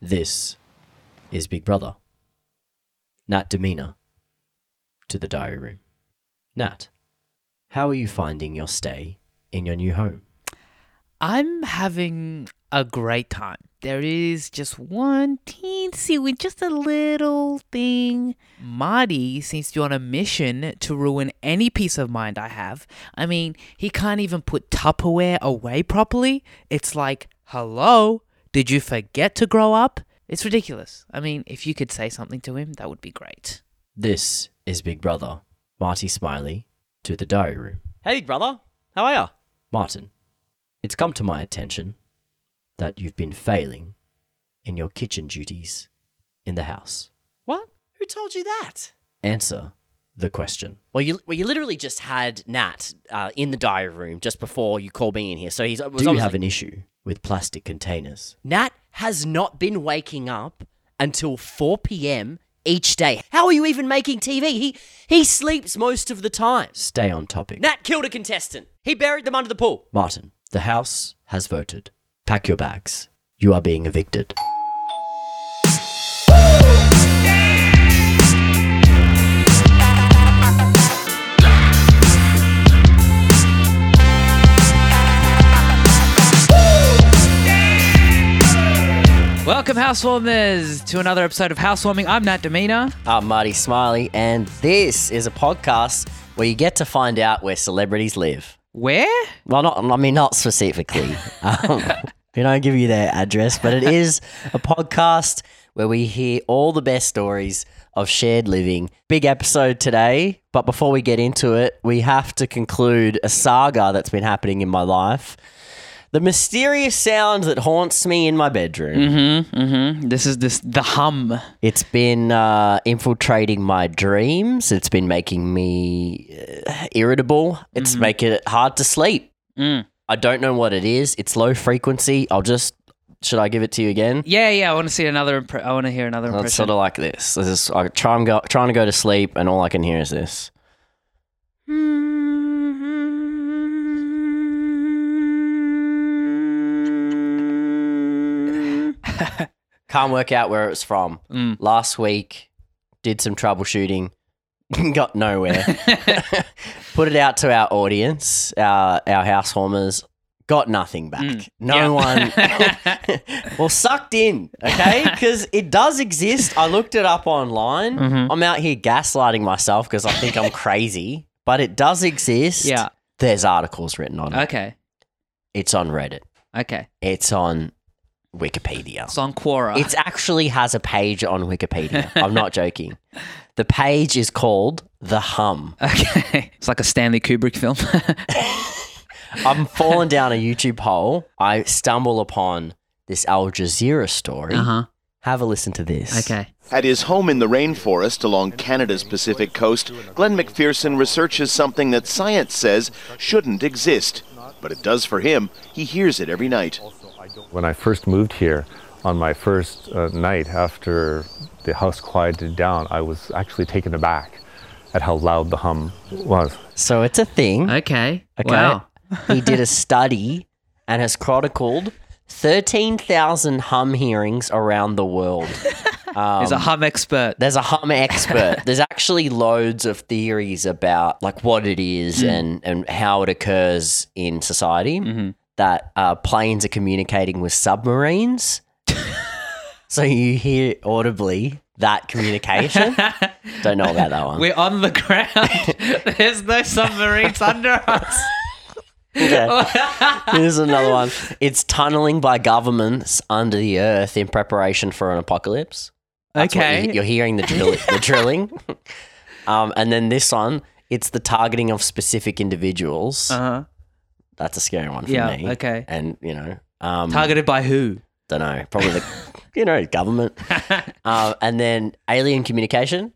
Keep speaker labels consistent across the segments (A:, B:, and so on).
A: This is Big Brother. Nat Demeanor to the diary room. Nat, how are you finding your stay in your new home?
B: I'm having a great time. There is just one teensy, with just a little thing. Marty seems to be on a mission to ruin any peace of mind I have. I mean, he can't even put Tupperware away properly. It's like, hello, did you forget to grow up? It's ridiculous. I mean, if you could say something to him, that would be great.
A: This is Big Brother. Marty Smiley to the diary room.
C: Hey, brother. How are ya?
A: Martin, it's come to my attention that you've been failing in your kitchen duties in the house.
C: What? Who told you that?
A: Answer the question.
C: Well, you well, you literally just had Nat uh, in the diary room just before you called me in here. So he's it was
A: Do you
C: obviously-
A: have an issue with plastic containers?
C: Nat has not been waking up until 4 p.m. each day. How are you even making TV? He he sleeps most of the time.
A: Stay on topic.
C: Nat killed a contestant. He buried them under the pool.
A: Martin, the House has voted. Pack your bags. You are being evicted.
B: Welcome, housewarmers, to another episode of Housewarming. I'm Nat Demeanor.
C: I'm Marty Smiley, and this is a podcast where you get to find out where celebrities live.
B: Where?
C: Well, not Um, I mean not specifically. um, we don't give you their address, but it is a podcast where we hear all the best stories of shared living. Big episode today, but before we get into it, we have to conclude a saga that's been happening in my life. The mysterious sound that haunts me in my bedroom.
B: Mm-hmm. This is this the hum.
C: It's been uh, infiltrating my dreams. It's been making me uh, irritable. It's making it hard to sleep. I don't know what it is. It's low frequency. I'll just. Should I give it to you again?
B: Yeah, yeah. I want to see another. Impre- I want to hear another
C: It's
B: impression.
C: sort of like this. This is I try and go, trying to go to sleep, and all I can hear is this. Can't work out where it's from.
B: Mm.
C: Last week, did some troubleshooting, got nowhere. Put it out to our audience, our, our housewarmers, got nothing back.
B: Mm.
C: No one. well, sucked in, okay? Because it does exist. I looked it up online.
B: Mhm.
C: I'm out here gaslighting myself because I think I'm crazy, but it does exist.
B: yeah. Uh,
C: There's articles written on it.
B: Okay.
C: It's on Reddit.
B: Okay.
C: It's on Wikipedia.
B: It's on Quora.
C: It actually has a page on Wikipedia. I'm not joking. The page is called The Hum.
B: okay. It's like a Stanley Kubrick film.
C: I'm falling down a YouTube hole. I stumble upon this Al Jazeera story.
B: uh huh.
C: Have a listen to this.
B: Okay.
D: At his home in the rainforest along Canada's Pacific coast, Glenn McPherson researches something that science says shouldn't exist. But it does for him. He hears it every night.
E: When I first moved here, on my first uh, night after the house quieted down, I was actually taken aback at how loud the hum was.
C: So it's a thing.
B: Okay.
C: Okay.
B: Wow.
C: he did a study and has chronicled 13,000 hum hearings around the world.
B: He's a hum expert.
C: There's a hum expert. There's actually loads of theories about like what it is
B: Hmm.
C: and and how it occurs in society.
B: Mm-hmm.
C: That uh, planes are communicating with submarines, so you hear audibly that communication. Don't know about that one.
B: We're on the ground. There's no submarines under us.
C: Okay. Here's another one. It's tunneling by governments under the earth in preparation for an apocalypse. That's what
B: Okay.
C: you- you're hearing the, drill- the drilling. Um, and then this one, it's the targeting of specific individuals.
B: Uh huh.
C: That's a scary one for
B: Yeah.
C: me.
B: Okay.
C: And, you know, um,
B: Targeted by who?
C: don't know, probably the, you know, government. Um, and then alien communication.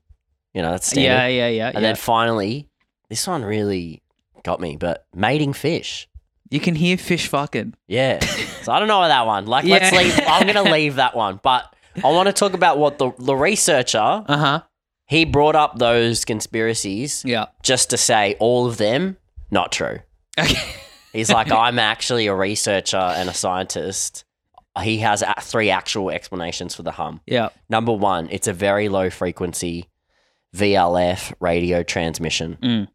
C: You know, that's standard.
B: Yeah. Yeah. Yeah.
C: And
B: yeah.
C: then finally, this one really got me, but mating fish.
B: you can hear fish fucking.
C: Yeah. So I don't know about that one. Like, let's
B: Yeah.
C: leave. I'm going to leave that one. But I want to talk about what the, the researcher,
B: Uh huh.
C: he brought up those conspiracies
B: Yeah.
C: just to say all of them, not true.
B: Okay.
C: He's like, I'm actually a researcher and a scientist. He has a- three actual explanations for the hum.
B: Yeah.
C: Number one, it's a very low frequency VLF radio transmission.
B: Mm.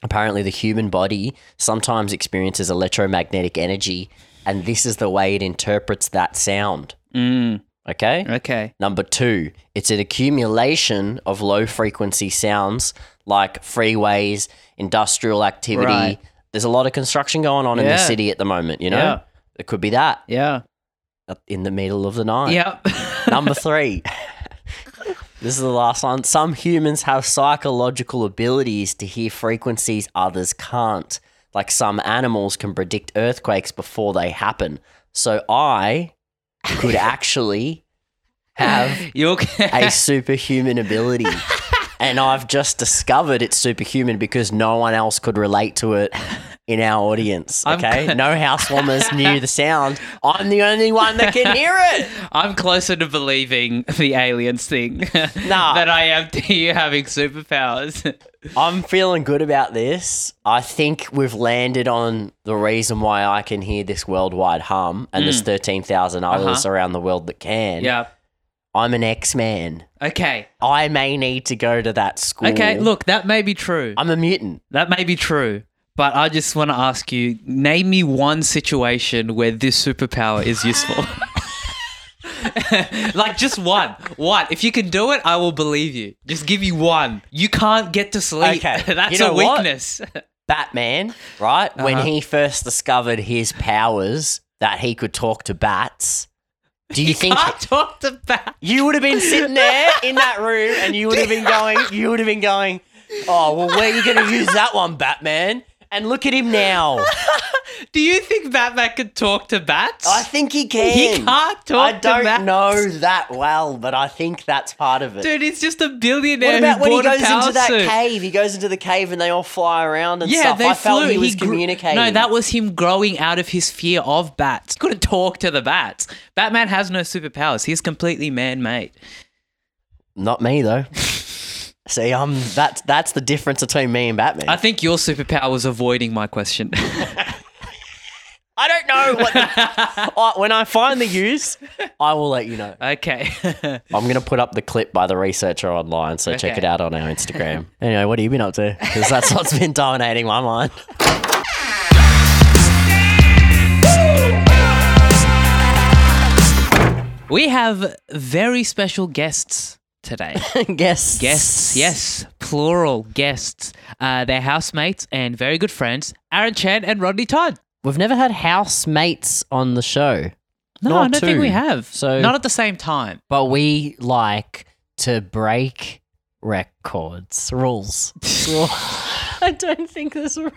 C: Apparently, the human body sometimes experiences electromagnetic energy, and this is the way it interprets that sound.
B: Mm.
C: Okay?
B: Okay.
C: Number two, it's an accumulation of low frequency sounds like freeways, industrial activity.
B: Right.
C: There's a lot of construction going on in the
B: Yeah.
C: city at the moment, you know?
B: Yeah.
C: It could be that
B: Yeah.
C: uh, in the middle of the night.
B: Yeah.
C: Number three. This is the last one. Some humans have psychological abilities to hear frequencies others can't. Like some animals can predict earthquakes before they happen. So I could actually have
B: you okay?
C: a superhuman ability. And I've just discovered it's superhuman because no one else could relate to it in our audience.
B: I'm
C: Okay.
B: c-
C: No housewarmers knew the sound. I'm the only one that can hear it.
B: I'm closer to believing the aliens thing
C: Nah.
B: than I am to you having superpowers.
C: I'm feeling good about this. I think we've landed on the reason why I can hear this worldwide hum, and there's 13,000 others
B: Mm. Uh-huh.
C: around the world that can.
B: yeah.
C: I'm an X Man.
B: Okay.
C: I may need to go to that school.
B: Okay. Look, that may be true.
C: I'm a mutant.
B: That may be true. But I just want to ask you name me one situation where this superpower is useful. like just one. One. If you can do it, I will believe you. Just give me one. You can't get to sleep.
C: Okay,
B: That's
C: you know
B: a
C: what?
B: weakness.
C: Batman, right? When
B: Uh-huh.
C: he first discovered his powers that he could talk to bats, do you think
B: I talked about
C: you would have been sitting there in that room and you would have been going, you would have been going, oh, well, where are you going to use that one, Batman? And look at him now.
B: Do you think Batman could talk to bats?
C: I think he can.
B: He can't talk
C: I
B: to
C: don't
B: bats.
C: know that well, but I think that's part of it.
B: Dude, he's just a billionaire
C: what about
B: who
C: when he
B: bought a
C: goes
B: power
C: into that
B: suit.
C: cave? He goes into the cave and they all fly around and
B: Yeah,
C: stuff.
B: they
C: I felt
B: flew.
C: he was
B: gr-
C: communicating.
B: No, that was him growing out of his fear of bats. He couldn't talk to the bats. Batman has no superpowers. He's completely man-made.
C: Not me though. See, um, that's that's the difference between me and Batman.
B: I
C: I,
B: think your superpower was avoiding my question.
C: don't know what. The, I, Oh, when I find the use, I will let you know.
B: okay.
C: I'm gonna put up the clip by the researcher online, so check
B: Okay.
C: it out on our Instagram. anyway, what have you been up to? Because that's what's been dominating my mind.
B: we have very special guests today.
C: Guess.
B: Guests, yes, plural guests. Uh, they're housemates and very good friends, Aaron Chen and Rodney Todd.
C: We've never had housemates on the show,
B: No,
C: Nor
B: I don't think
C: two.
B: we have.
C: So-
B: not at the same time.
C: but we like to break records rules. Rule- I don't think there's. a-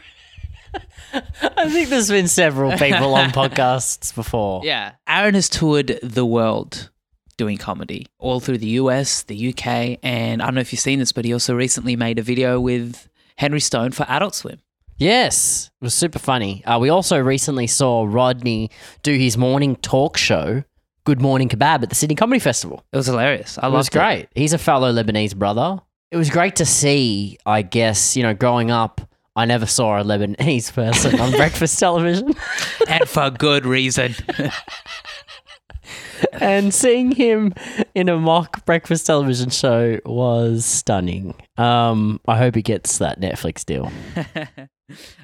C: I think there's been several people on podcasts before.
B: Yeah. Aaron has toured the world doing comedy all through the US, the UK, and I don't know if you've seen this, but he also recently made a video with Henry Stone for Adult Swim.
C: Yes, it was super funny. Uh, we also recently saw Rodney do his morning talk show, Good Morning Kebab, at the Sydney Comedy Festival.
B: It was hilarious. I
C: It was
B: loved it.
C: great. He's a fellow Lebanese brother. It was great to see, I guess, you know, growing up, I never saw a Lebanese person on breakfast television.
B: and for good reason.
C: And seeing him in a mock breakfast television show was stunning. Um, I hope he gets that Netflix deal.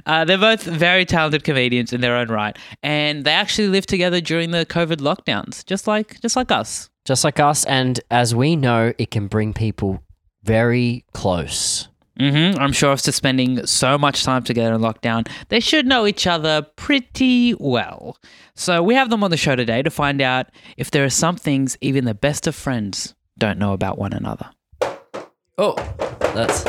B: Uh, they're both very talented comedians in their own right, and they actually lived together during the COVID lockdowns, just like just like us.
C: Just like us. And as we know, it can bring people very close.
B: Mm-hmm. I'm sure after spending so much time together in lockdown, they should know each other pretty well. So we have them on the show today to find out if there are some things even the best of friends don't know about one another.
C: Oh, that's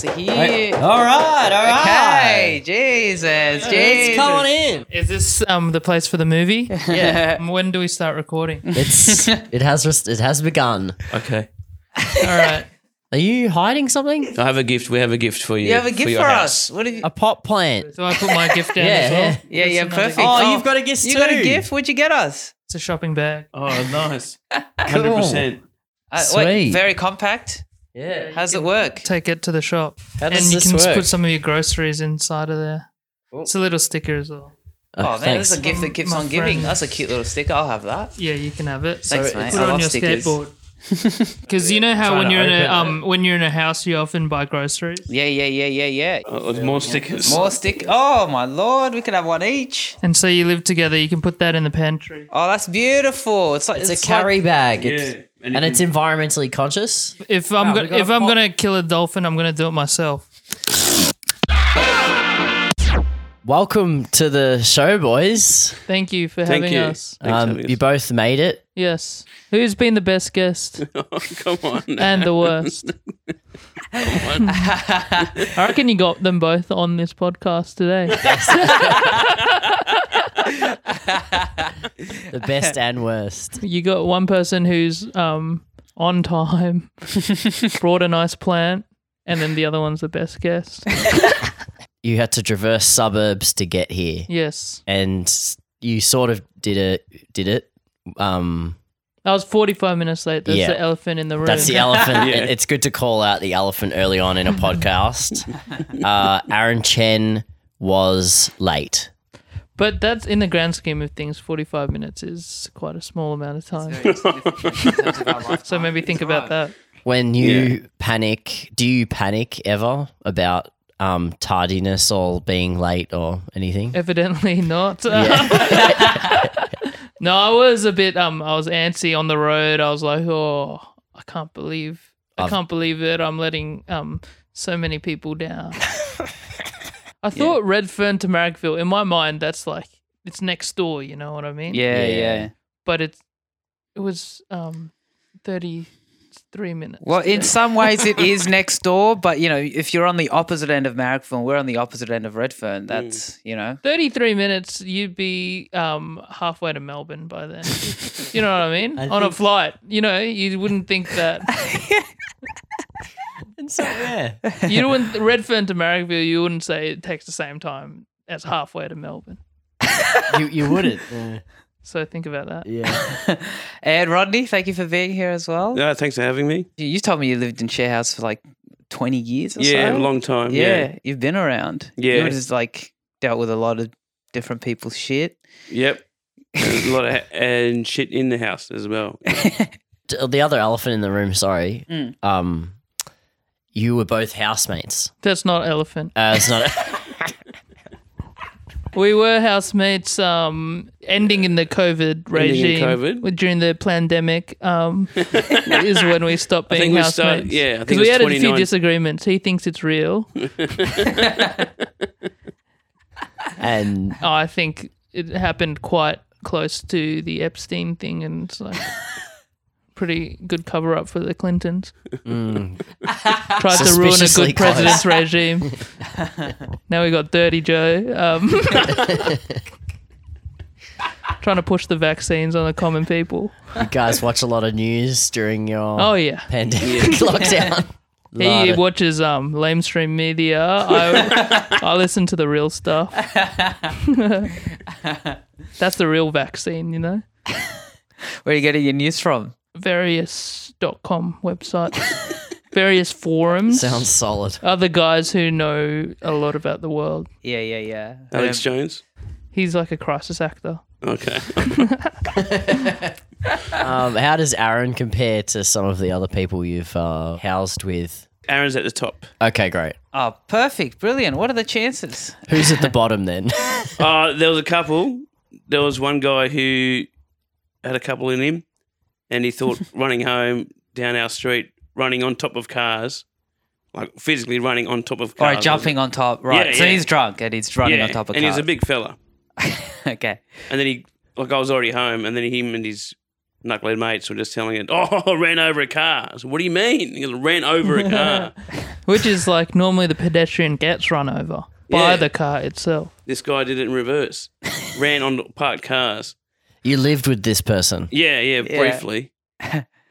B: So here,
C: all right. All
B: okay, Jesus, Jesus,
C: come on in.
F: Is this um the place for the movie? Yeah. when do we start recording?
C: It's it has res- it has begun.
G: Okay.
F: All right.
C: Are you hiding something?
G: I have a gift. We have a gift for you.
B: you have a gift
G: your
B: for
G: house.
B: us. What did you?
C: A pot plant.
F: So I put my gift down as well.
C: Yeah.
B: Yeah, yeah,
F: another
B: perfect.
F: gift.
B: Oh,
C: you've got a gift
B: You
C: too.
B: got a gift? What'd you get us?
F: It's a shopping bag.
G: Oh, nice. 100%.
B: Uh, wait,
C: Sweet.
B: very compact. Yeah. How's it work?
F: Take it to the shop.
C: How does
F: and you
C: this
F: can s-
C: work?
F: put some of your groceries inside of there. It's a little sticker as well.
B: Oh, man,
H: thanks.
B: that's a gift that keeps
F: My
B: on giving.
F: friend.
B: That's a cute little sticker. I'll have that.
F: Yeah, you can have it.
B: Thanks, mate.
F: Put
B: I
F: it on
B: love
F: your
B: stickers.
F: skateboard. Because you know how
B: Trying
F: when
B: to
F: you're in a
B: open it.
F: um when you're in a house, you often buy groceries.
B: Yeah, yeah, yeah, yeah, yeah.
G: Uh, more stickers.
B: More stick. Oh my lord, we could have one each.
F: And so you live together. You can put that in the pantry.
B: Oh, that's beautiful. It's like
C: It's, a carry bag.
G: Yeah.
C: It's,
G: And,
C: and
G: you
C: it's environmentally conscious.
F: If I'm gonna, if I'm gonna kill a dolphin, I'm gonna do it myself.
C: Welcome to the show, boys.
F: Thank you for
G: Thank
F: having
G: you.
F: us.
G: Thanks,
C: Um,
G: having
C: you
G: us.
C: both made it.
F: Yes. Who's been the best guest
G: Come on.
F: and the worst? I reckon you got them both on this podcast today.
C: The best and worst.
F: You got one person who's um, on time, brought a nice plant, and then the other one's the best guest.
C: You had to traverse suburbs to get here,
F: Yes.
C: and you sort of did it. Did it? Um,
F: I was 45 minutes late. That's
C: Yeah.
F: the elephant in the room.
C: that's the elephant. It- It's good to call out the elephant early on in a podcast. Uh, Aaron Chen was late.
F: But that's in the grand scheme of things, 45 minutes is quite a small amount of time. So maybe think about that.
C: When you panic, do you panic ever about um, tardiness or being late or anything?
F: Evidently not. no, I was a bit um I was antsy on the road. I was like, "Oh, I can't believe I
C: I've-
F: can't believe it. I'm letting um so many people down." I thought Redfern to Marrickville in my mind that's like it's next door, you know what I mean?
B: Yeah, yeah.
F: But it's it was um 33 minutes.
B: Well, in some ways it is next door, but you know, if you're on the opposite end of Marrickville, we're on the opposite end of Redfern. That's you know,
F: 33 minutes, you'd be um, halfway to Melbourne by then. you know what I mean? On a flight. You know, you wouldn't think that. You wouldn't, Redfern to Marrickville, you wouldn't say it takes the same time as halfway to Melbourne.
C: you, you wouldn't.
F: So think about that.
B: Ed Rodney, thank you for being here as well.
G: Yeah, thanks for having me.
B: You- You told me you lived in Sharehouse for like 20 years or
G: Yeah,
B: so.
G: a long time.
B: yeah,
G: Yeah.
B: you've been around.
G: Yeah.
B: you just like dealt with a lot of different people's shit.
G: Yep. There's a lot of ha- and shit in the house as well.
C: D- The other elephant in the room, sorry.
B: Mm.
C: Um, you were both housemates.
F: That's not elephant.
C: Uh, it's not.
F: We were housemates um, ending in the COVID
G: Ending in
F: regime.
G: COVID.
F: During the pandemic um, is when we stopped
G: I
F: being
G: think we start-
F: housemates.
G: yeah, I think
F: because we
G: it was
F: had a few
G: 29.
F: disagreements. He thinks it's real.
C: and
F: I think it happened quite close to the Epstein thing, and it's like pretty good cover up for the Clintons. Tried to ruin a
C: Mm. Suspiciously
F: good
C: close.
F: president's regime. now we got Dirty Joe. Um, trying to push the vaccines on the common people.
C: you guys watch a lot of news during your
F: Oh yeah.
C: pandemic lockdown. Lot
F: He
C: of-
F: watches um lamestream media. I I listen to the real stuff. That's the real vaccine, you know.
B: Where are you getting your news from?
F: various.com website, various forums.
C: Sounds solid.
F: Other guys who know a lot about the world.
B: Yeah, yeah, yeah. Um,
G: Alex Jones.
F: He's like a crisis actor.
G: Okay.
C: Um, how does Aaron compare to some of the other people you've uh, housed with?
G: Aaron's at the top.
C: Okay, great.
B: Oh, perfect, brilliant. What are the chances?
C: Who's at the bottom then?
G: Uh, there was a couple. There was one guy who had a couple in him, and he thought running home down our street, running on top of cars, like physically running on top of
B: All
G: cars.
B: right, jumping on top. Right,
G: Uh, Yeah,
B: so
G: yeah.
B: he's drunk and he's running
G: Yeah,
B: on top of
G: and
B: cars.
G: he's a big fella.
B: okay.
G: And then he, like, I was already home, and then him and his knucklehead mates were just telling it, "Oh, I ran over a car." I said, "What do you mean?" He goes, "Ran over a car."
F: Which is like normally the pedestrian gets run over by
G: Yeah.
F: the car itself.
G: this guy did it in reverse, ran on parked cars.
C: you lived with this person.
G: Yeah, yeah, briefly.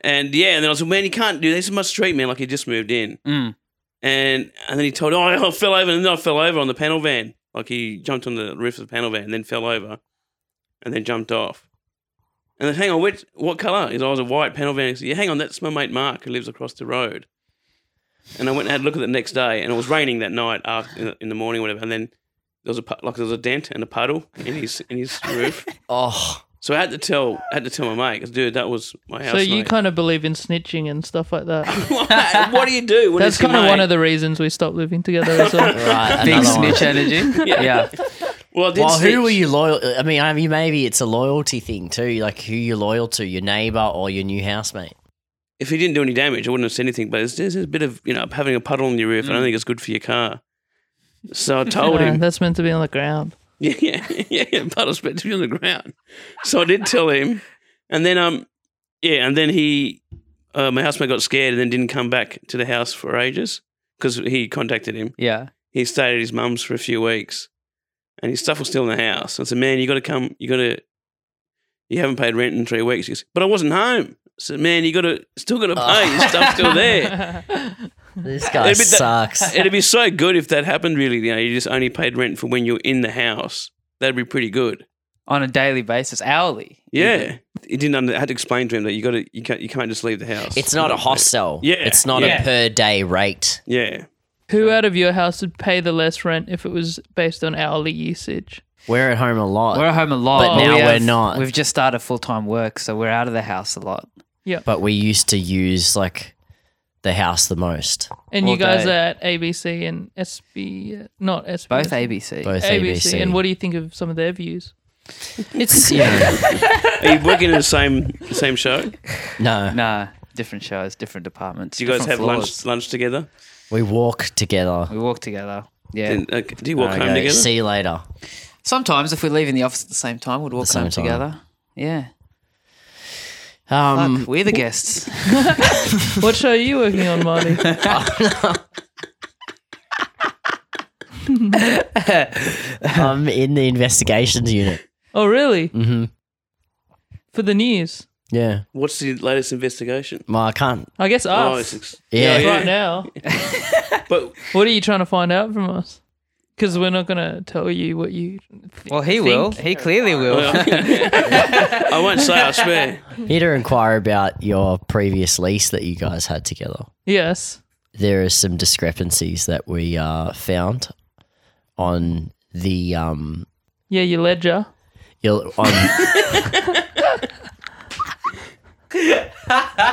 G: and yeah, and then I was like, man, you can't do this. This is my street, man. Like he just moved in.
B: Mm.
G: And and then he told, oh, I fell over, and then I fell over on the panel van. Like he jumped on the roof of the panel van, and then fell over, and then jumped off. And then, hang on, which, what color? He's, I was a white panel van. He said, yeah, hang on, that's my mate Mark who lives across the road. And I went and had a look at it the next day, and it was raining that night, after, in the morning, whatever. And then There was a pu- like there was a dent and a puddle in his in his roof.
C: Oh,
G: So I had to tell I had to tell my mate, 'cause, dude, that was my house.
F: So you
G: mate.
F: kind of believe in snitching and stuff like that.
G: what, what do you do? When
F: That's kind of one of the reasons we stopped living together as well.
C: right.
B: Big
C: another one.
B: snitch energy. yeah.
G: Well, I did
C: Well, who
G: snitch.
C: were you loyal? I mean, I mean, maybe it's a loyalty thing too. Like who you're loyal to, your neighbor or your new housemate.
G: If he didn't do any damage, I wouldn't have said anything. But it's, there's a bit of you know having a puddle on your roof. I
F: Mm.
G: don't think it's good for your car. So I told
F: Yeah,
G: him.
F: that's meant to be on the ground.
G: Yeah, yeah, yeah, yeah. Puddle's meant to be on the ground. So I did tell him, and then um, yeah, and then he, uh, my housemate got scared and then didn't come back to the house for ages because he contacted him.
B: Yeah.
G: He stayed at his mum's for a few weeks, and his stuff was still in the house. I said, "Man, you got to come. You got to. You haven't paid rent in three weeks." He goes, "But I wasn't home." I said, "Man, you got to still got to
C: Oh.
G: pay. Your stuff's still there."
C: This guy
G: It'd be the-
C: sucks.
G: It'd be so good if that happened. Really, you know, you just only paid rent for when you're in the house. That'd be pretty good.
B: On a daily basis, hourly.
G: Yeah, he didn't. Under, I had to explain to him that you got to you can't you can't just leave the house.
C: It's not a hostel.
G: Yeah,
C: It's not
G: yeah.
C: a per day rate.
G: Yeah,
F: Who out of your house would pay the less rent if it was based on hourly usage?
C: We're at home a lot,
B: We're at home a lot.
F: But now
B: we
C: we're not.
B: We've just started full time work, so we're out of the house a lot.
C: but we used to use like the house the most.
F: And
B: All
F: you guys
B: day.
F: are at ABC and SB, not SBS,
B: Both ABC.
C: Both E
F: ABC.
C: ABC.
F: And what do you think of some of their views?
C: It's you know,
G: are you working in the same same show?
C: no.
B: Nah, different shows, different departments.
G: Do you guys
B: different
G: have lunch
B: floors.
G: lunch together?
C: We walk together.
B: We walk together. Yeah.
G: And, uh, do you walk
C: I
G: home
C: go,
G: together?
C: See you later.
B: Sometimes if we're leaving the office at the same time, we'd walk
C: The
B: home
C: same time.
B: together. Yeah.
C: Um,
B: Fuck, we're the guests.
F: What show are you working on, Marty?
C: I'm in the investigations unit.
F: Oh, really?
C: Mm-hmm.
F: For the news?
C: Yeah.
G: What's the latest investigation?
C: Well, I can't.
F: I guess
G: Oh,
F: us.
G: it's ex-
C: Yeah.
G: yeah.
F: Right now.
G: but
F: What are you trying to find out from us? Because we're not going to tell you what you.
B: Well, he will.
F: Think.
B: He clearly will.
G: well, I won't say. I swear.
C: Need to inquire about your previous lease that you guys had together.
F: Yes.
C: There are some discrepancies that we uh, found on the um
F: Yeah, your ledger.
C: you'll- on.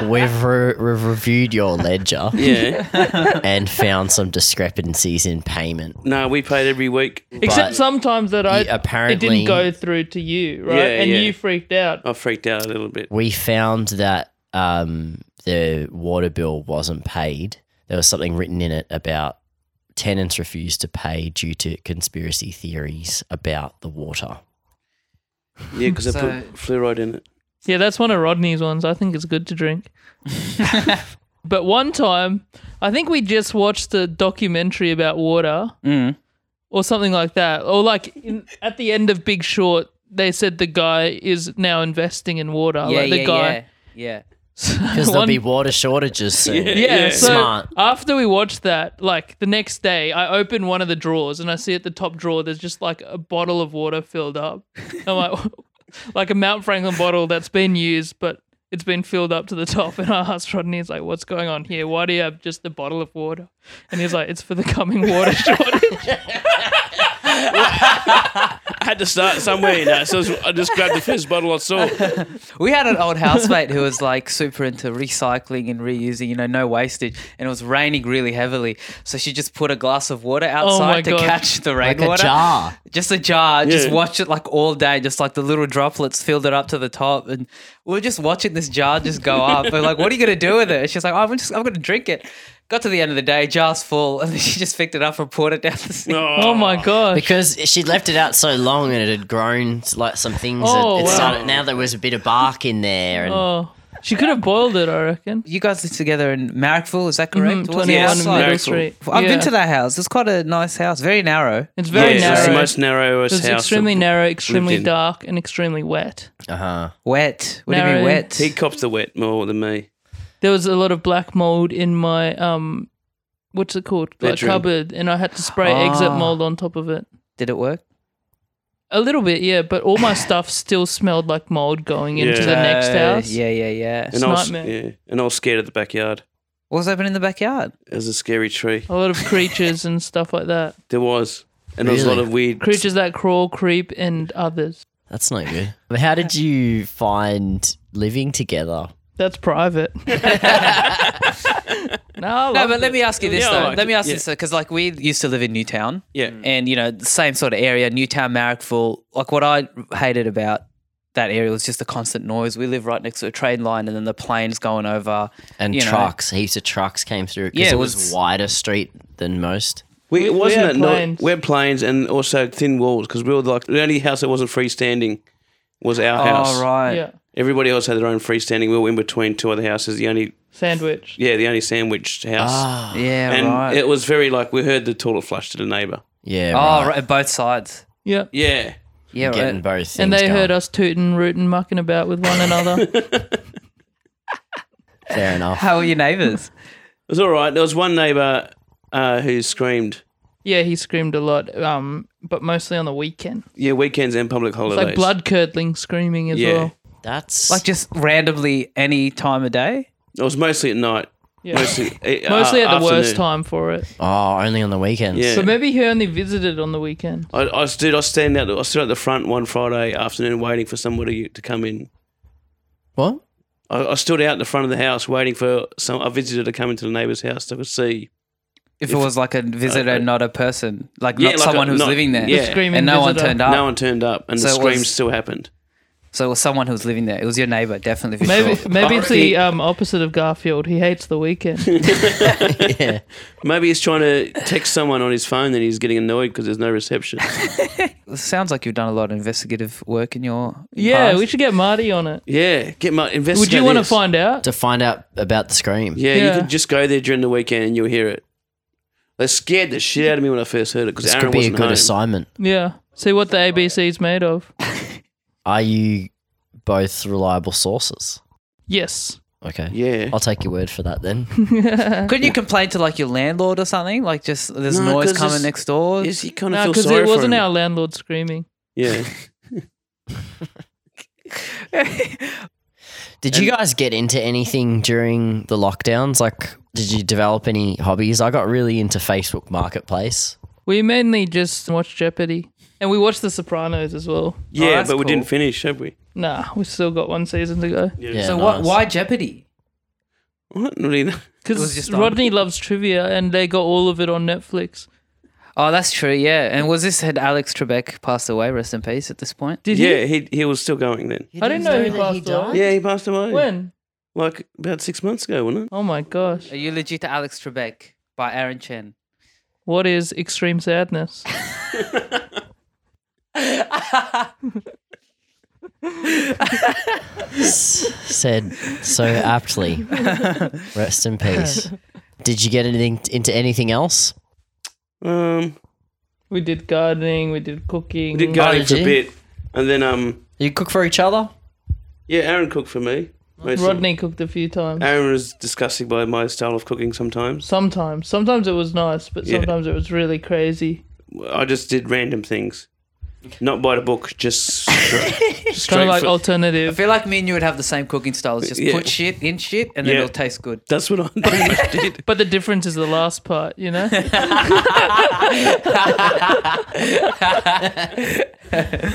C: We've, re- we've reviewed your ledger
G: Yeah.
C: and found some discrepancies in payment.
G: No, we paid every week.
F: Except sometimes that I
C: You apparently
F: it didn't go through to you, right?
G: Yeah,
F: and
G: yeah.
F: you freaked out.
G: I freaked out a little bit.
C: we found that um, the water bill wasn't paid. There was something written in it about tenants refused to pay due to conspiracy theories about the water.
G: Yeah, because I
B: So-
G: put fluoride in it.
F: Yeah, that's one of Rodney's ones. I think it's good to drink. but one time, I think we just watched a documentary about water
B: Mm.
F: or something like that. Or like in, at the end of Big Short, they said the guy is now investing in water.
B: Yeah,
F: like the
B: yeah,
F: guy.
B: yeah. Yeah.
C: Because there'll
F: One-
C: be water shortages soon.
F: Yeah,
G: Yeah.
F: so
C: Smart.
F: after we watched that, like the next day, I open one of the drawers and I see at the top drawer there's just like a bottle of water filled up. I'm like, like a Mount Franklin bottle that's been used, but it's been filled up to the top. And I asked Rodney, he's like, "What's going on here? Why do you have just a bottle of water?" And he's like, "It's for the coming water shortage."
G: I had to start somewhere, you know. So I just grabbed the first bottle I saw.
B: We had an old housemate who was like super into recycling and reusing, you know, no wastage. And it was raining really heavily. So she just put a glass of water outside
F: Oh my
B: to
F: God.
B: catch the
C: Like
B: rainwater.
C: a jar.
B: Just a jar. Just
G: Yeah.
B: watch it like all day. Just like the little droplets filled it up to the top. And we are just watching this jar just go up. We're like, what are you going to do with it? And she's like, oh, I'm just, I'm going to drink it. Got to the end of the day, jar's full. And then she just picked it up and poured it down the sink.
F: oh my gosh!
C: Because she left it out so long and it had grown like some things.
F: Oh,
C: it, it
F: wow.
C: started, now there was a bit of bark in there. And
F: Oh, she could have boiled it, I reckon.
B: You guys lived together in Marrickville, is that correct?
F: Mm,
B: What was the
F: Twenty-one
B: outside?
F: Middle
G: Very cool.
F: Street.
B: I've
F: Yeah.
B: been to that house. It's quite a nice house. Very narrow.
F: It's very
G: yeah, It's the
F: narrow.
G: most narrowest
F: It's
G: house.
F: extremely
G: of-
F: narrow, extremely
G: in.
F: dark, and extremely wet.
C: uh-huh.
B: Wet. What do you
F: Narrow.
B: mean wet?
G: He cops the wet more than me.
F: there was a lot of black mold in my um what's it called like
G: Bedroom.
F: cupboard and i had to spray exit
B: Ah.
F: mold on top of it
B: Did it work?
F: a little bit yeah but all my stuff still smelled like mold going into
G: Yeah.
F: the next
B: Uh,
F: house
B: Yeah, yeah, yeah.
G: And I was,
F: nightmare.
G: yeah, and I was scared of the backyard.
B: What was open in the backyard?
G: It was a scary tree.
F: a lot of creatures and stuff like that
G: There was. And there was a lot
C: Really?
G: of weird
F: Creatures that crawl, creep, and others.
C: That's not good.
H: How did you find living together?
F: That's private. no,
B: No, but let me ask you this
G: Yeah, I
B: though.
G: like
B: let me
G: it.
B: ask
G: Yeah.
B: you this because like we used to live in Newtown.
G: Yeah.
B: and you know the same sort of area newtown marrickville like what i hated about that area was just the constant noise we live right next to a train line and then the planes going over
C: And
B: you know.
C: trucks, heaps of trucks came through because
B: Yeah,
C: it
B: it
C: was,
B: was-
C: wider street than most.
G: We, it wasn't
F: had
G: at night.
F: planes.
G: We had planes and also thin walls because we were like the only house that wasn't freestanding was our house.
B: oh right
F: Yeah,
G: Everybody else had their own freestanding. We were in between two other houses. The only
F: sandwich.
G: yeah, the only sandwiched house.
F: Ah,
B: yeah
G: and
B: right
G: it was very like we heard the toilet flush to the neighbour.
C: Yeah, right.
B: oh right both sides
F: Yeah.
G: Yeah.
B: yeah
C: getting
B: right.
C: both things.
F: And they
C: going.
F: heard us tooting, rooting, mucking about with one another.
C: Fair enough.
B: how are your neighbors
G: It was all right. There was one neighbour uh, who screamed,
F: yeah, he screamed a lot, um, but mostly on the weekend.
G: yeah, weekends and public
F: It's
G: holidays.
F: like blood curdling screaming as
G: Yeah.
F: well.
C: That's
B: like just randomly any time of day
G: It was mostly at night.
F: Yeah.
G: Mostly, eh,
F: Mostly
G: uh,
F: at the worst
G: afternoon.
F: time for it.
C: oh, only on the weekends.
G: Yeah.
F: But maybe he only visited on the weekend.
G: I, I was, dude, I was standing out. I was stood at the front one Friday afternoon waiting for somebody to come in.
C: What?
G: I, I stood out in the front of the house waiting for some a visitor to come into the neighbour's house to see.
B: if, it was like a visitor
G: uh,
B: not a person like
G: Yeah,
B: not
G: like
B: someone
G: a-
B: who's
G: not-
B: living there
G: yeah.
F: Screaming
B: and no one
F: visitor.
B: turned up
G: No one turned up, and the
B: Ah. So it was-
G: screams still happened.
B: so it was someone who was living there it was your neighbor definitely for
F: Maybe
B: sure.
F: maybe it's the um, opposite of Garfield. He hates the weekend.
G: Maybe he's trying to text someone on his phone, and he's getting annoyed because there's no reception.
B: It sounds like you've done a lot of investigative work in your
F: yeah,
B: past.
F: we should get Marty on it.
G: yeah, get my investigate.
F: Would you want to
G: this.
F: find out?
C: To find out about the scream.
G: Yeah,
F: Yeah.
G: you could just go there during the weekend, and you'll hear it. They scared the shit out of me when I first heard it because
C: This
G: Aaron
C: could be a
G: wasn't
C: good
G: home.
C: assignment.
F: Yeah. See what the ABC's made of.
C: Are you both reliable sources?
F: Yes.
C: Okay.
G: Yeah.
C: I'll take your word for that then.
B: Couldn't you complain to like your landlord or something? Like just there's
G: No,
B: noise
G: 'cause
B: coming
G: it's-
B: next door.
G: Yes, you kind of
F: No,
G: feel
F: because
G: sorry
F: it wasn't
G: for him.
F: our landlord screaming.
G: Yeah.
C: Did you guys get into anything during the lockdowns? Like, did you develop any hobbies? I got really into Facebook Marketplace.
F: We mainly just watched Jeopardy. And we watched The Sopranos as well.
G: Yeah,
B: that's
G: but we didn't
B: cool.
G: finish, have we?
F: Nah, we still got one season to go.
C: Yeah,
B: so
C: nice.
B: what? Why Jeopardy?
G: What? Not really.
B: was just
F: Because
B: on.
F: Rodney loves trivia and they got all of it on Netflix.
B: Oh, that's true. Yeah. And was this had Alex Trebek passed away? Rest in peace. At this point,
F: Did
G: yeah, he he was still going then.
F: I didn't know he passed away.
G: Yeah, he passed away.
F: When?
G: Like about six months ago, wasn't it?
F: Oh my gosh.
B: Are you legit to Alex Trebek by Aaron Chen?
F: What is extreme sadness?
C: Said so aptly. Rest in peace. Did you get anything into anything else?
G: Um,
F: we did gardening, we did cooking.
G: we did gardening for a
C: Biology.
G: bit, and then um,
C: You cook for each other?
G: yeah, Aaron cooked for me. mostly.
F: Rodney cooked a few times.
G: Aaron was disgusted by my style of cooking sometimes.
F: Sometimes. Sometimes it was nice, but
G: Yeah.
F: sometimes it was really crazy.
G: I just did random things, not by the book, just straight, straight
F: Kind of like
G: for-
B: I
F: alternative.
B: feel like me and you would have the same cooking styles. Just
G: Yeah.
B: put shit in shit, and then
G: Yeah.
B: it'll taste good.
G: That's what I pretty much did.
F: But the difference is the last part, you know?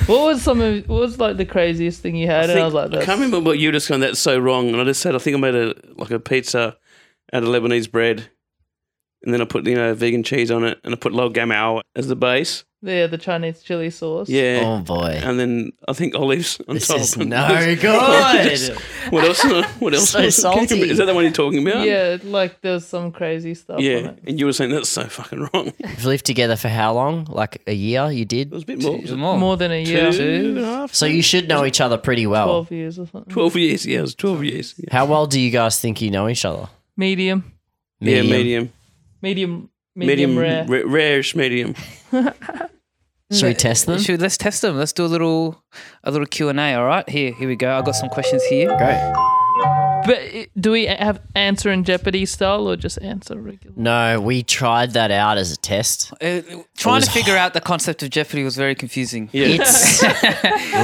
F: what was some of what was like the craziest thing you had? and I was like,
G: I
F: that's
G: can't remember what you just gone. That's so wrong. And I just said I think I made a like a pizza out of Lebanese bread, and then I put you know vegan cheese on it, and I put log gamau as the base.
F: yeah, the Chinese chili sauce.
G: Yeah.
C: Oh boy.
G: and then I think olives on
C: This
G: top.
C: is
G: And
C: no
G: Just-
C: good.
G: What else? What else?
C: So salty.
G: Is that the one you're talking about?
F: Yeah, like there's some crazy stuff on
G: Yeah.
F: it.
G: And you were saying that's so fucking wrong. It
C: You've lived together for how long? Like a year? You did?
G: was a bit more. Was it
B: More.
F: More than a year.
G: two and a half?
C: So you should know each other pretty well.
F: 12 years or something.
G: Twelve years. Yeah, it was twelve years. Yeah,
C: How well do you guys think you know each other?
F: Medium.
G: medium. Yeah, medium.
F: Medium. Medium,
G: Medium,
F: rare.
G: ra- rare-ish medium.
C: Should we test them?
B: Should let's test them. Let's do a little, a little Q and A. All right, here, here we go. I got some questions here. Uh,
C: Great.
F: But i- do we have answer in Jeopardy style or just answer regular?
C: No, we tried that out as a test.
B: Uh, trying
C: was-
B: to figure out the concept of Jeopardy was very confusing.
G: Yeah.
C: It's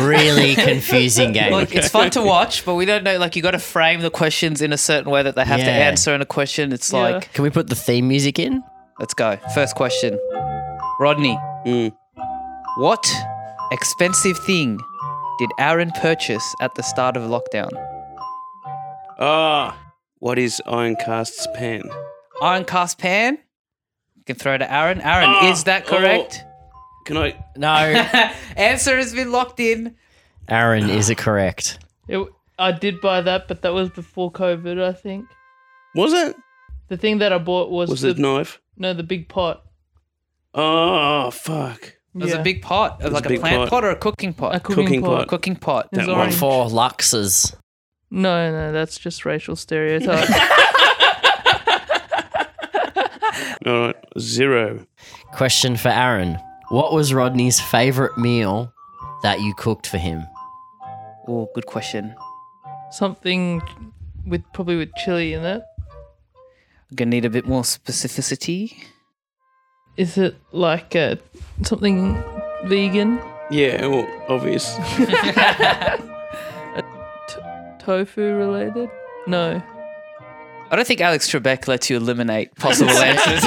C: really confusing game.
B: Like it's fun to watch, but we don't know. Like you got to frame the questions in a certain way that they have to
C: Yeah.
B: answer in a question. It's
F: Yeah.
B: like,
C: Can we put the theme music in?
B: let's go. First question, Rodney.
G: Mm.
B: What expensive thing did Aaron purchase at the start of lockdown?
G: Ah, what is Ironcast's pen?
B: Iron cast pan? You can throw to Aaron. Aaron,
G: Ah,
B: is that
G: oh.
B: correct?
G: Can I?
H: No.
B: Answer has been locked in.
H: Aaron, is it correct?
F: It, I did buy that, but that was before COVID, I think.
G: Was it?
F: The thing that I bought was,
G: Was
F: the,
G: it knife?
F: no, the big pot.
G: Oh fuck!
B: It was
F: Yeah.
B: a big pot,
G: was
B: like
G: a
B: a,
G: big
B: plant
G: pot.
B: pot. or a cooking pot.
F: a cooking,
G: cooking
F: pot.
G: pot.
B: cooking pot.
F: It's
G: That one.
H: One
F: orange.
H: for Luxes.
F: No, no, that's just racial stereotype.
G: All right, zero.
H: Question for Aaron. What was Rodney's favorite meal that you cooked for him?
B: Oh, good question.
F: Something with probably with chili in it.
B: I'm gonna need a bit more specificity.
F: Is it like uh, something vegan?
G: Yeah, well, obvious.
F: Tofu related? No.
B: I don't think Alex Trebek lets you eliminate possible answers.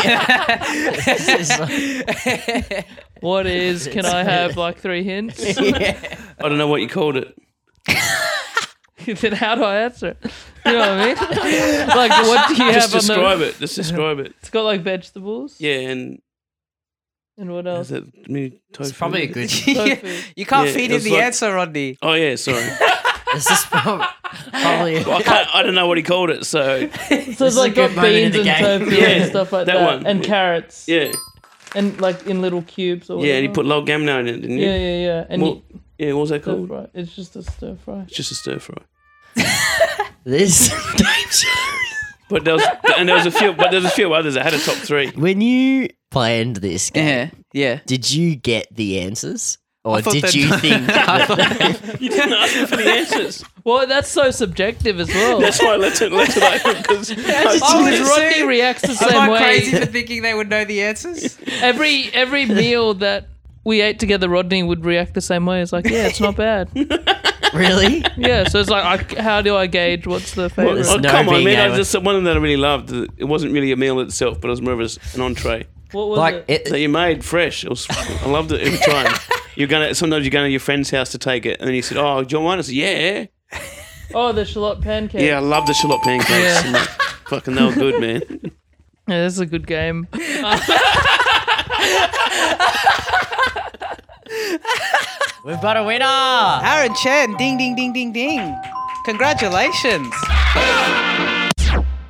F: What is? Can I have like three hints?
G: I don't know what you called it.
F: then how do I answer it? You know what I mean? like, what do you
G: Just
F: have on
G: describe
F: the?
G: it. Just describe it.
F: It's got like vegetables.
G: Yeah, and
F: And what
G: is
F: else?
G: that me tofu?
C: It's probably a good.
F: Tofu.
B: you can't
G: Yeah,
B: feed
G: it
B: him
G: was
B: the
G: like-
B: answer, Rodney.
G: Oh yeah, sorry.
H: This is prob- probably
G: Well, I, can't, I don't know what he called it. So
F: So it's
H: is a
F: like
H: good
F: got
H: moment in
F: beans
H: the game.
F: and tofu
G: Yeah,
F: and stuff like
G: that
F: that,
G: one.
F: and
G: Yeah.
F: carrots.
G: yeah,
F: And like in little cubes or
G: yeah. And he
F: whatever.
G: put log gamnon in it, didn't you?
F: Yeah, yeah, yeah. And
G: What,
F: you-
G: yeah, what was that
F: stir
G: called?
F: fry. It's just a stir fry.
G: It's just a stir fry.
H: this.
G: But there was and there was a few, but there's a few others that had a top three.
H: when you planned this game,
B: Yeah, yeah.
H: did you get the answers, or
B: I thought
H: did
B: that-
H: you think?
B: I thought-
G: You didn't ask me for the answers.
F: Well, that's so subjective as well.
G: That's why I let it let it open because
B: Oh,
F: Because
B: it's
F: Rodney
B: so-
F: reacts the
B: Am
F: same
B: I
F: way.
B: crazy for thinking they would know the answers?
F: Every every meal that we ate together, Rodney would react the same way. It's like, yeah, it's not bad.
H: really?
F: Yeah, so it's like, I, how do I gauge what's the favorite?
H: There's
G: Oh,
H: no
G: come on,
H: being
G: man!
H: able-
G: I just one that I really loved. It wasn't really a meal itself, but it was more of a- an entree
F: What was
H: Like
F: it?
H: it,
G: that you made fresh. It was, I loved it every time. You're gonna sometimes you're going to your friend's house to take it, and then you said, "Oh, do you want one?" I said, "Yeah,
F: Oh, the shallot pancake.
G: yeah." I love the shallot pancakes.
F: Yeah.
G: And that- fucking, they were good, man.
F: Yeah, this is a good game.
H: we've got a winner.
B: Aaron Chen, ding, ding, ding, ding, ding. Congratulations.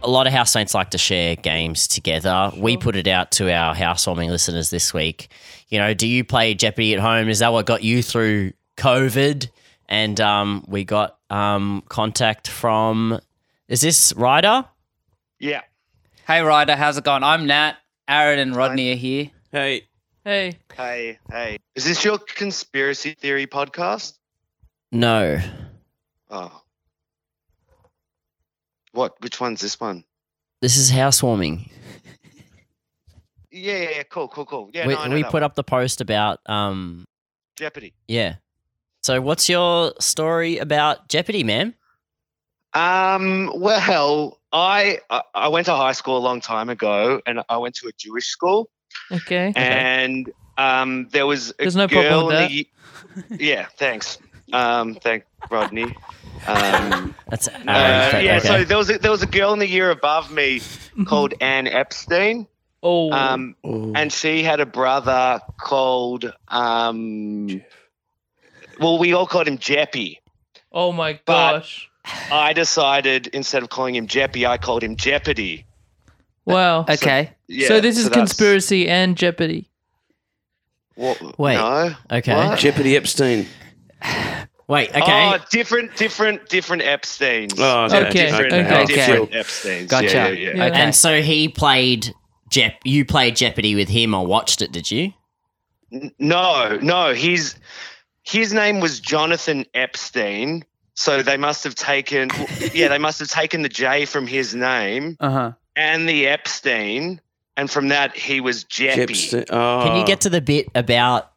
C: a lot of house saints like to share games together. We put it out to our housewarming listeners this week. You know, do you play Jeopardy at home? Is that what got you through COVID? And um, we got um, contact from is this Ryder?
I: Yeah.
B: Hey, Ryder, how's it going? I'm Nat. Aaron and Rodney are here.
G: Hey,
F: Hey,
I: Hey, hey. Is this your conspiracy theory podcast?
C: No,
I: Oh. What? Which one's this one?
C: this is housewarming.
I: Yeah, yeah, yeah. Cool, cool, cool. Yeah,
C: we
I: no, I know
C: we
I: that
C: put
I: one.
C: up the post about um,
I: Jeopardy.
C: yeah. So what's your story about Jeopardy, man?
I: Um, well, I I- I went to high school a long time ago, and I went to a Jewish school,
F: okay.
I: and um, there was a
F: There's no problem
I: girl
F: with
I: in the y- yeah, thanks, um, thank Rodney. Um,
C: That's
I: uh,
C: Aaron.
I: yeah,
C: okay.
I: so there was a, there was a girl in the year above me called Anne Epstein.
F: Oh,
I: Um, and she had a brother called um. Well, we all called him Jeppy.
F: oh my
I: but-
F: gosh!
I: I decided instead of calling him Jeppy, I called him Jeopardy.
F: Wow.
B: Okay.
I: Yeah,
F: so this is
I: that's-
F: conspiracy and Jeopardy.
I: What,
C: Wait,
I: no.
C: okay.
I: What?
G: Jeopardy Epstein.
C: Wait, okay.
I: Oh, different, different, different Epstein's.
G: Oh,
F: Okay,
I: different,
F: okay,
I: different
B: okay.
I: Epstein's.
B: Gotcha.
I: Yeah, yeah, yeah.
F: Yeah.
C: And so he played Jep. You played Jeopardy with him or watched it, did you?
I: N- No, no, his his name was Jonathan Epstein. So they must have taken, yeah, they must have taken the J from his name.
B: Uh huh.
I: and the Epstein, and from that he was Jeppy.
G: Epstein.
C: Can
G: Oh.
I: Uh,
C: you get to the bit about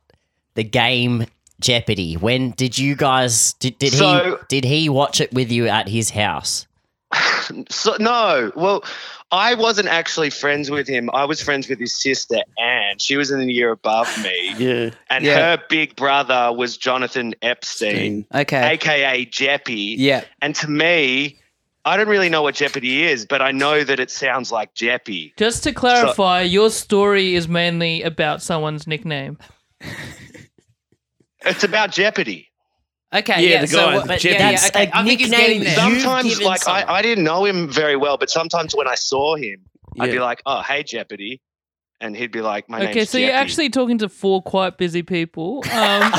C: the game Jeopardy? When did you guys did, did
I: So-
C: he did he watch it with you at his house?
I: So no, well, I wasn't actually friends with him. I was friends with his sister Anne. She was in the year above me,
G: Yeah.
I: and
B: Yeah.
I: her big brother was Jonathan Epstein,
B: Okay.
I: aka Jeppy.
B: yeah.
I: And to me, I don't really know what Jeopardy is, but I know that it sounds like Jeppy.
F: Just to clarify, your story is mainly about someone's nickname.
I: It's about Jeopardy.
B: Okay.
G: Yeah,
B: Yeah.
G: the
B: so
G: guy
B: what-
G: with
B: but-
G: the
B: yeah,
G: jet-
B: yeah,
C: That's
B: okay.
C: a
B: I think he's getting
C: nickname
B: there.
C: You've
I: Sometimes,
C: given
I: like, I,
C: someone.
I: I didn't know him very well, but sometimes when I saw him, I'd
G: Yeah.
I: be like, oh, hey, Jeopardy. And he'd be like, my
F: Okay,
I: name's
F: so you're
I: Jeppy."
F: actually talking to four quite busy people. Um,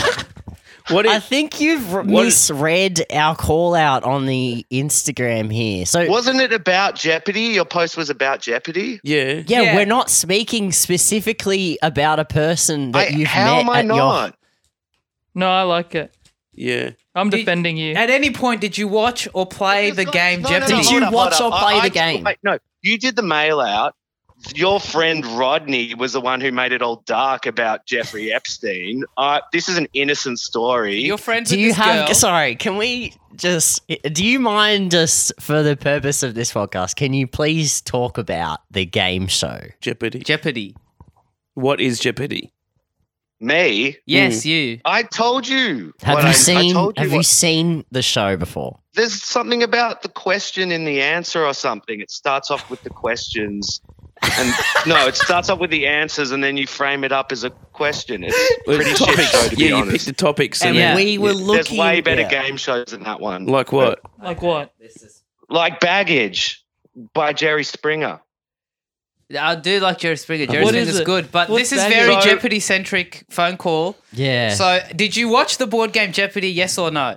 G: What
C: I
G: is
C: think you've r-
G: What-
C: misread our call out on the Instagram here. So
I: Wasn't it about Jeopardy? Your post was about Jeopardy?
G: yeah.
C: yeah,
B: Yeah.
C: we're not speaking specifically about a person that
I: I-
C: you've
I: how
C: met
I: am I
C: at your-
I: not?
F: no, I like it.
G: Yeah.
F: I'm
B: Did-
F: defending you.
B: At any point, did you watch or play
I: It's
B: the
I: not-
B: game
I: no, no, no,
B: Jeopardy?
C: Did you
I: hold up,
C: watch
I: hold
C: or
I: up.
C: play
I: I-
C: the
I: I-
C: game?
I: wait, no, you did the mail out. Your friend Rodney was the one who made it all dark about Jeffrey Epstein. Uh, this is an innocent story.
B: You're friends
C: Do
B: with
C: you
B: this
C: have?
B: girl.
C: Sorry, can we just? Do you mind just for the purpose of this podcast? Can you please talk about the game show?
G: Jeopardy.
B: Jeopardy.
G: What is Jeopardy?
I: Me?
B: Yes, you.
I: I told you.
C: Have
I: what
C: you
I: I- I
C: seen?
I: told you
C: have you
I: what-
C: seen the show before?
I: There's something about the question in the answer or something. It starts off with the questions. And no, it starts off with the answers, and then you frame it up as a question. It's
G: Well,
I: pretty
G: it's
I: shit show, to
G: yeah,
I: be
G: you
I: honest.
G: pick the topics
B: And
G: and
B: Yeah.
G: then
C: We were looking.
I: There's way better
C: yeah.
I: game shows than that one.
G: like what?
F: like what?
I: like Baggage by Jerry Springer.
B: I do like Jerry Springer. Jerry
F: What is
B: Springer's
F: it?
B: good, but
F: What's
B: this is
F: that?
B: very
I: So-
B: Jeopardy centric phone call.
C: Yeah.
B: So, did you watch the board game Jeopardy? Yes or no?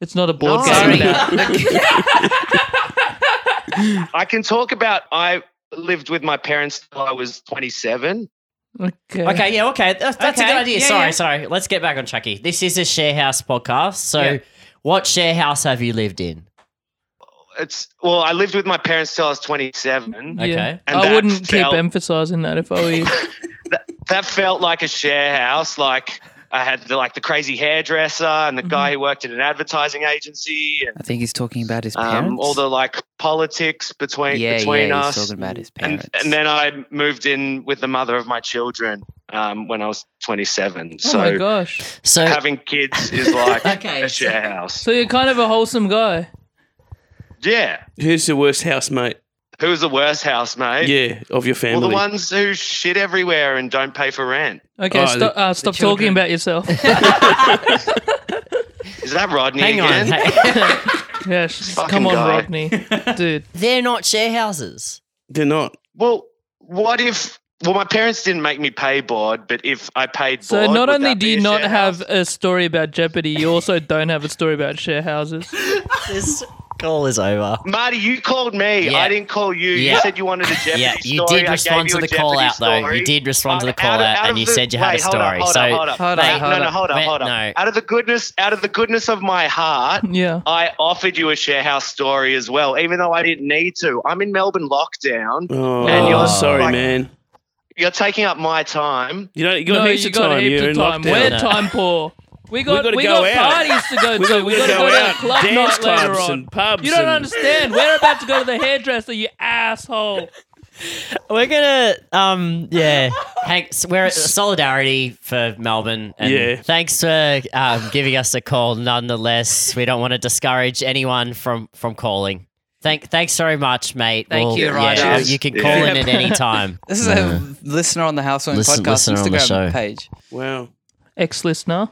F: It's not a board
I: No.
B: Sorry.
F: game. now.
I: I can talk about I lived with my parents till I was 27.
F: Okay.
C: Okay, yeah, okay. That's, that's a
B: Okay,
C: good idea.
B: yeah,
C: sorry,
B: yeah.
C: sorry. Let's get back on Chucky. This is a share house podcast. So,
B: Yeah.
C: what share house have you lived in?
I: It's well, I lived with my parents till I was 27.
F: Yeah.
C: Okay.
I: And
F: I
I: that
F: wouldn't
I: felt-
F: keep emphasizing that if I were you. Oh
I: That felt like a share house. Like I had the, like the crazy hairdresser and the guy who worked at an advertising agency and
B: I think he's talking about his
I: um, all the like politics between between us.
B: about his
I: and, and then I moved in with the mother of my children um, when I was 27.
F: Oh
I: so
F: my gosh.
C: So,
I: having kids is like
B: Okay,
I: a
B: so-
I: share house.
F: So you're kind of a wholesome guy.
I: Yeah.
G: Who's the worst housemate?
I: Who was the worst housemate?
G: Yeah, of your
I: Well,
G: family.
I: the ones who shit everywhere and don't pay for rent.
F: Okay,
G: Oh,
F: sto-
G: the-
F: uh, stop talking
B: children.
F: about yourself.
I: Is that Rodney
C: hang on.
I: again?
C: hey.
F: yes.
I: Fucking
F: Come on,
I: guy.
F: Rodney. Dude.
C: They're not share houses.
G: They're not.
I: Well, what if? Well, my parents didn't make me pay board, but if I paid
F: So
I: board,
F: not
I: would
F: only
I: that
F: do
I: be
F: you
I: a
F: not
I: share
F: have
I: house?
F: a story about Jeopardy, you also don't have a story about share houses.
C: This call is over.
I: Marty, you called me.
C: Yeah.
I: I didn't call you.
C: Yeah.
I: You said you wanted a Jeopardy
C: yeah, you
I: story.
C: did
I: I
C: respond
I: gave
C: to
I: you
C: the
I: a
C: call
I: Jeopardy
C: out, though.
I: story.
C: You did respond to the
I: Out-
C: call
I: out
C: out,
I: of- out
C: and
I: of
C: you
I: the-
C: said you had
I: wait,
C: a
I: hold
C: story.
I: on, hold
C: so,
I: on, hold on.
B: Hold
I: Wait,
B: on, hold
I: no, no,
B: on.
I: hold on,
C: Wait,
I: hold on.
C: no.
I: Out of the goodness, out of the goodness of my heart,
F: Yeah.
I: I offered you a share house story as well, even though I didn't need to. I'm in Melbourne lockdown.
G: Oh,
I: And
C: you're-
G: sorry,
I: like-
G: man.
I: You're taking up my time.
G: You know, you got
F: no,
G: heaps
F: you
G: of
F: got
G: time.
F: heaps of
G: You're in
F: time.
G: lockdown.
F: We're time poor. We got
G: gotta
F: we
G: go
F: got
G: out.
F: parties to go
G: We
F: to.
G: gotta,
F: We got to
G: go,
F: go to a
G: out,
F: club
G: dance
F: night later
G: clubs
F: on.
G: and pubs.
F: You don't
G: and-
F: understand. We're about to go to the hairdresser, you asshole.
C: we're gonna, um, yeah. Hank, s- we're at solidarity for Melbourne. And
G: Yeah.
C: Thanks for um, giving us a call. Nonetheless, we don't want to discourage anyone from from calling. Thank, thanks very much, mate.
B: Thank you,
C: yeah,
B: Rogers.
C: you can
I: Yeah.
C: call in at any time.
B: this is a listener on the Housewarming
C: Listen-
B: Podcast
C: listener on the
B: Instagram
C: show.
B: page.
G: Wow.
F: Ex listener.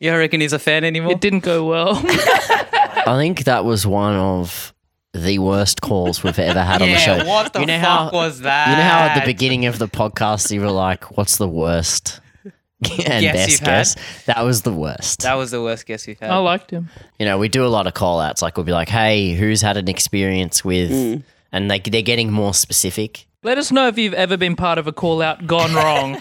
B: You don't reckon he's a fan anymore?
F: It didn't go well.
C: I think that was one of the worst calls we've ever had on the
B: yeah,
C: show.
B: what the
C: You know
B: fuck
C: how-
B: was that?
C: You know how at the beginning of the podcast you were like, "What's the worst?" and
B: Guess
C: best
B: you've had?
C: guess. That was the worst.
B: That was the worst guess we've had.
F: I liked him.
C: you know, we do a lot of call outs. Like we'll be like, "Hey, who's had an experience with?"
G: Mm.
C: And they they're getting more specific.
F: Let us know if you've ever been part of a call out gone wrong.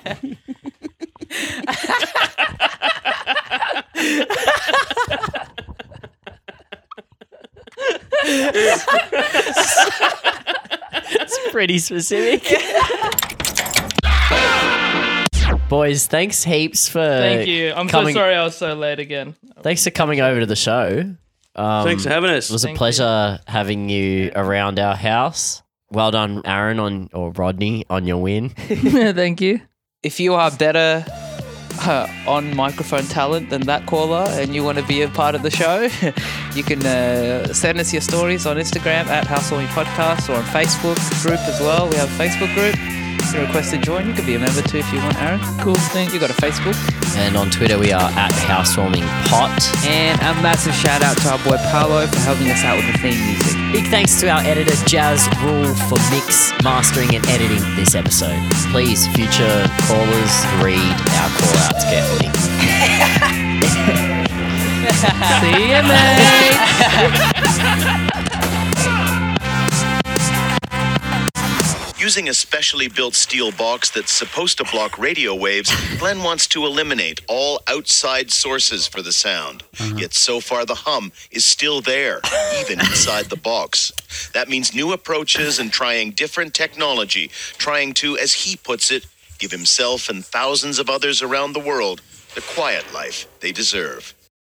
C: Pretty specific. Boys, thanks heaps for
F: Thank you. I'm
C: coming,
F: so sorry I was so late again.
C: Thanks for coming over to the show. Um,
G: Thanks for having
C: It
G: us.
C: was a
F: Thank you.
C: pleasure having you around our house. Well done, Aaron, on or Rodney, on your win.
F: Thank you.
B: If you are better uh, on microphone talent than that caller and you want to be a part of the show, you can uh, send us your stories on Instagram at Housewarming Podcast or on Facebook group as well. We have a Facebook group. You can request to join. You could be a member too if you want, Aaron. Cool thing. You got a Facebook.
C: And on Twitter, we are at Housewarming Pot.
B: And a massive shout out to our boy Paolo for helping us out with the theme music.
C: Big thanks to our editor, Jazz Rule, for mix, mastering, and editing this episode. Please, future callers, read our call outs carefully.
F: See you, mate.
D: Using a specially built steel box that's supposed to block radio waves, Glenn wants to eliminate all outside sources for the sound. Yet so far, the hum is still there, even inside the box. That means new approaches and trying different technology, trying to, as he puts it, give himself and thousands of others around the world the quiet life they deserve.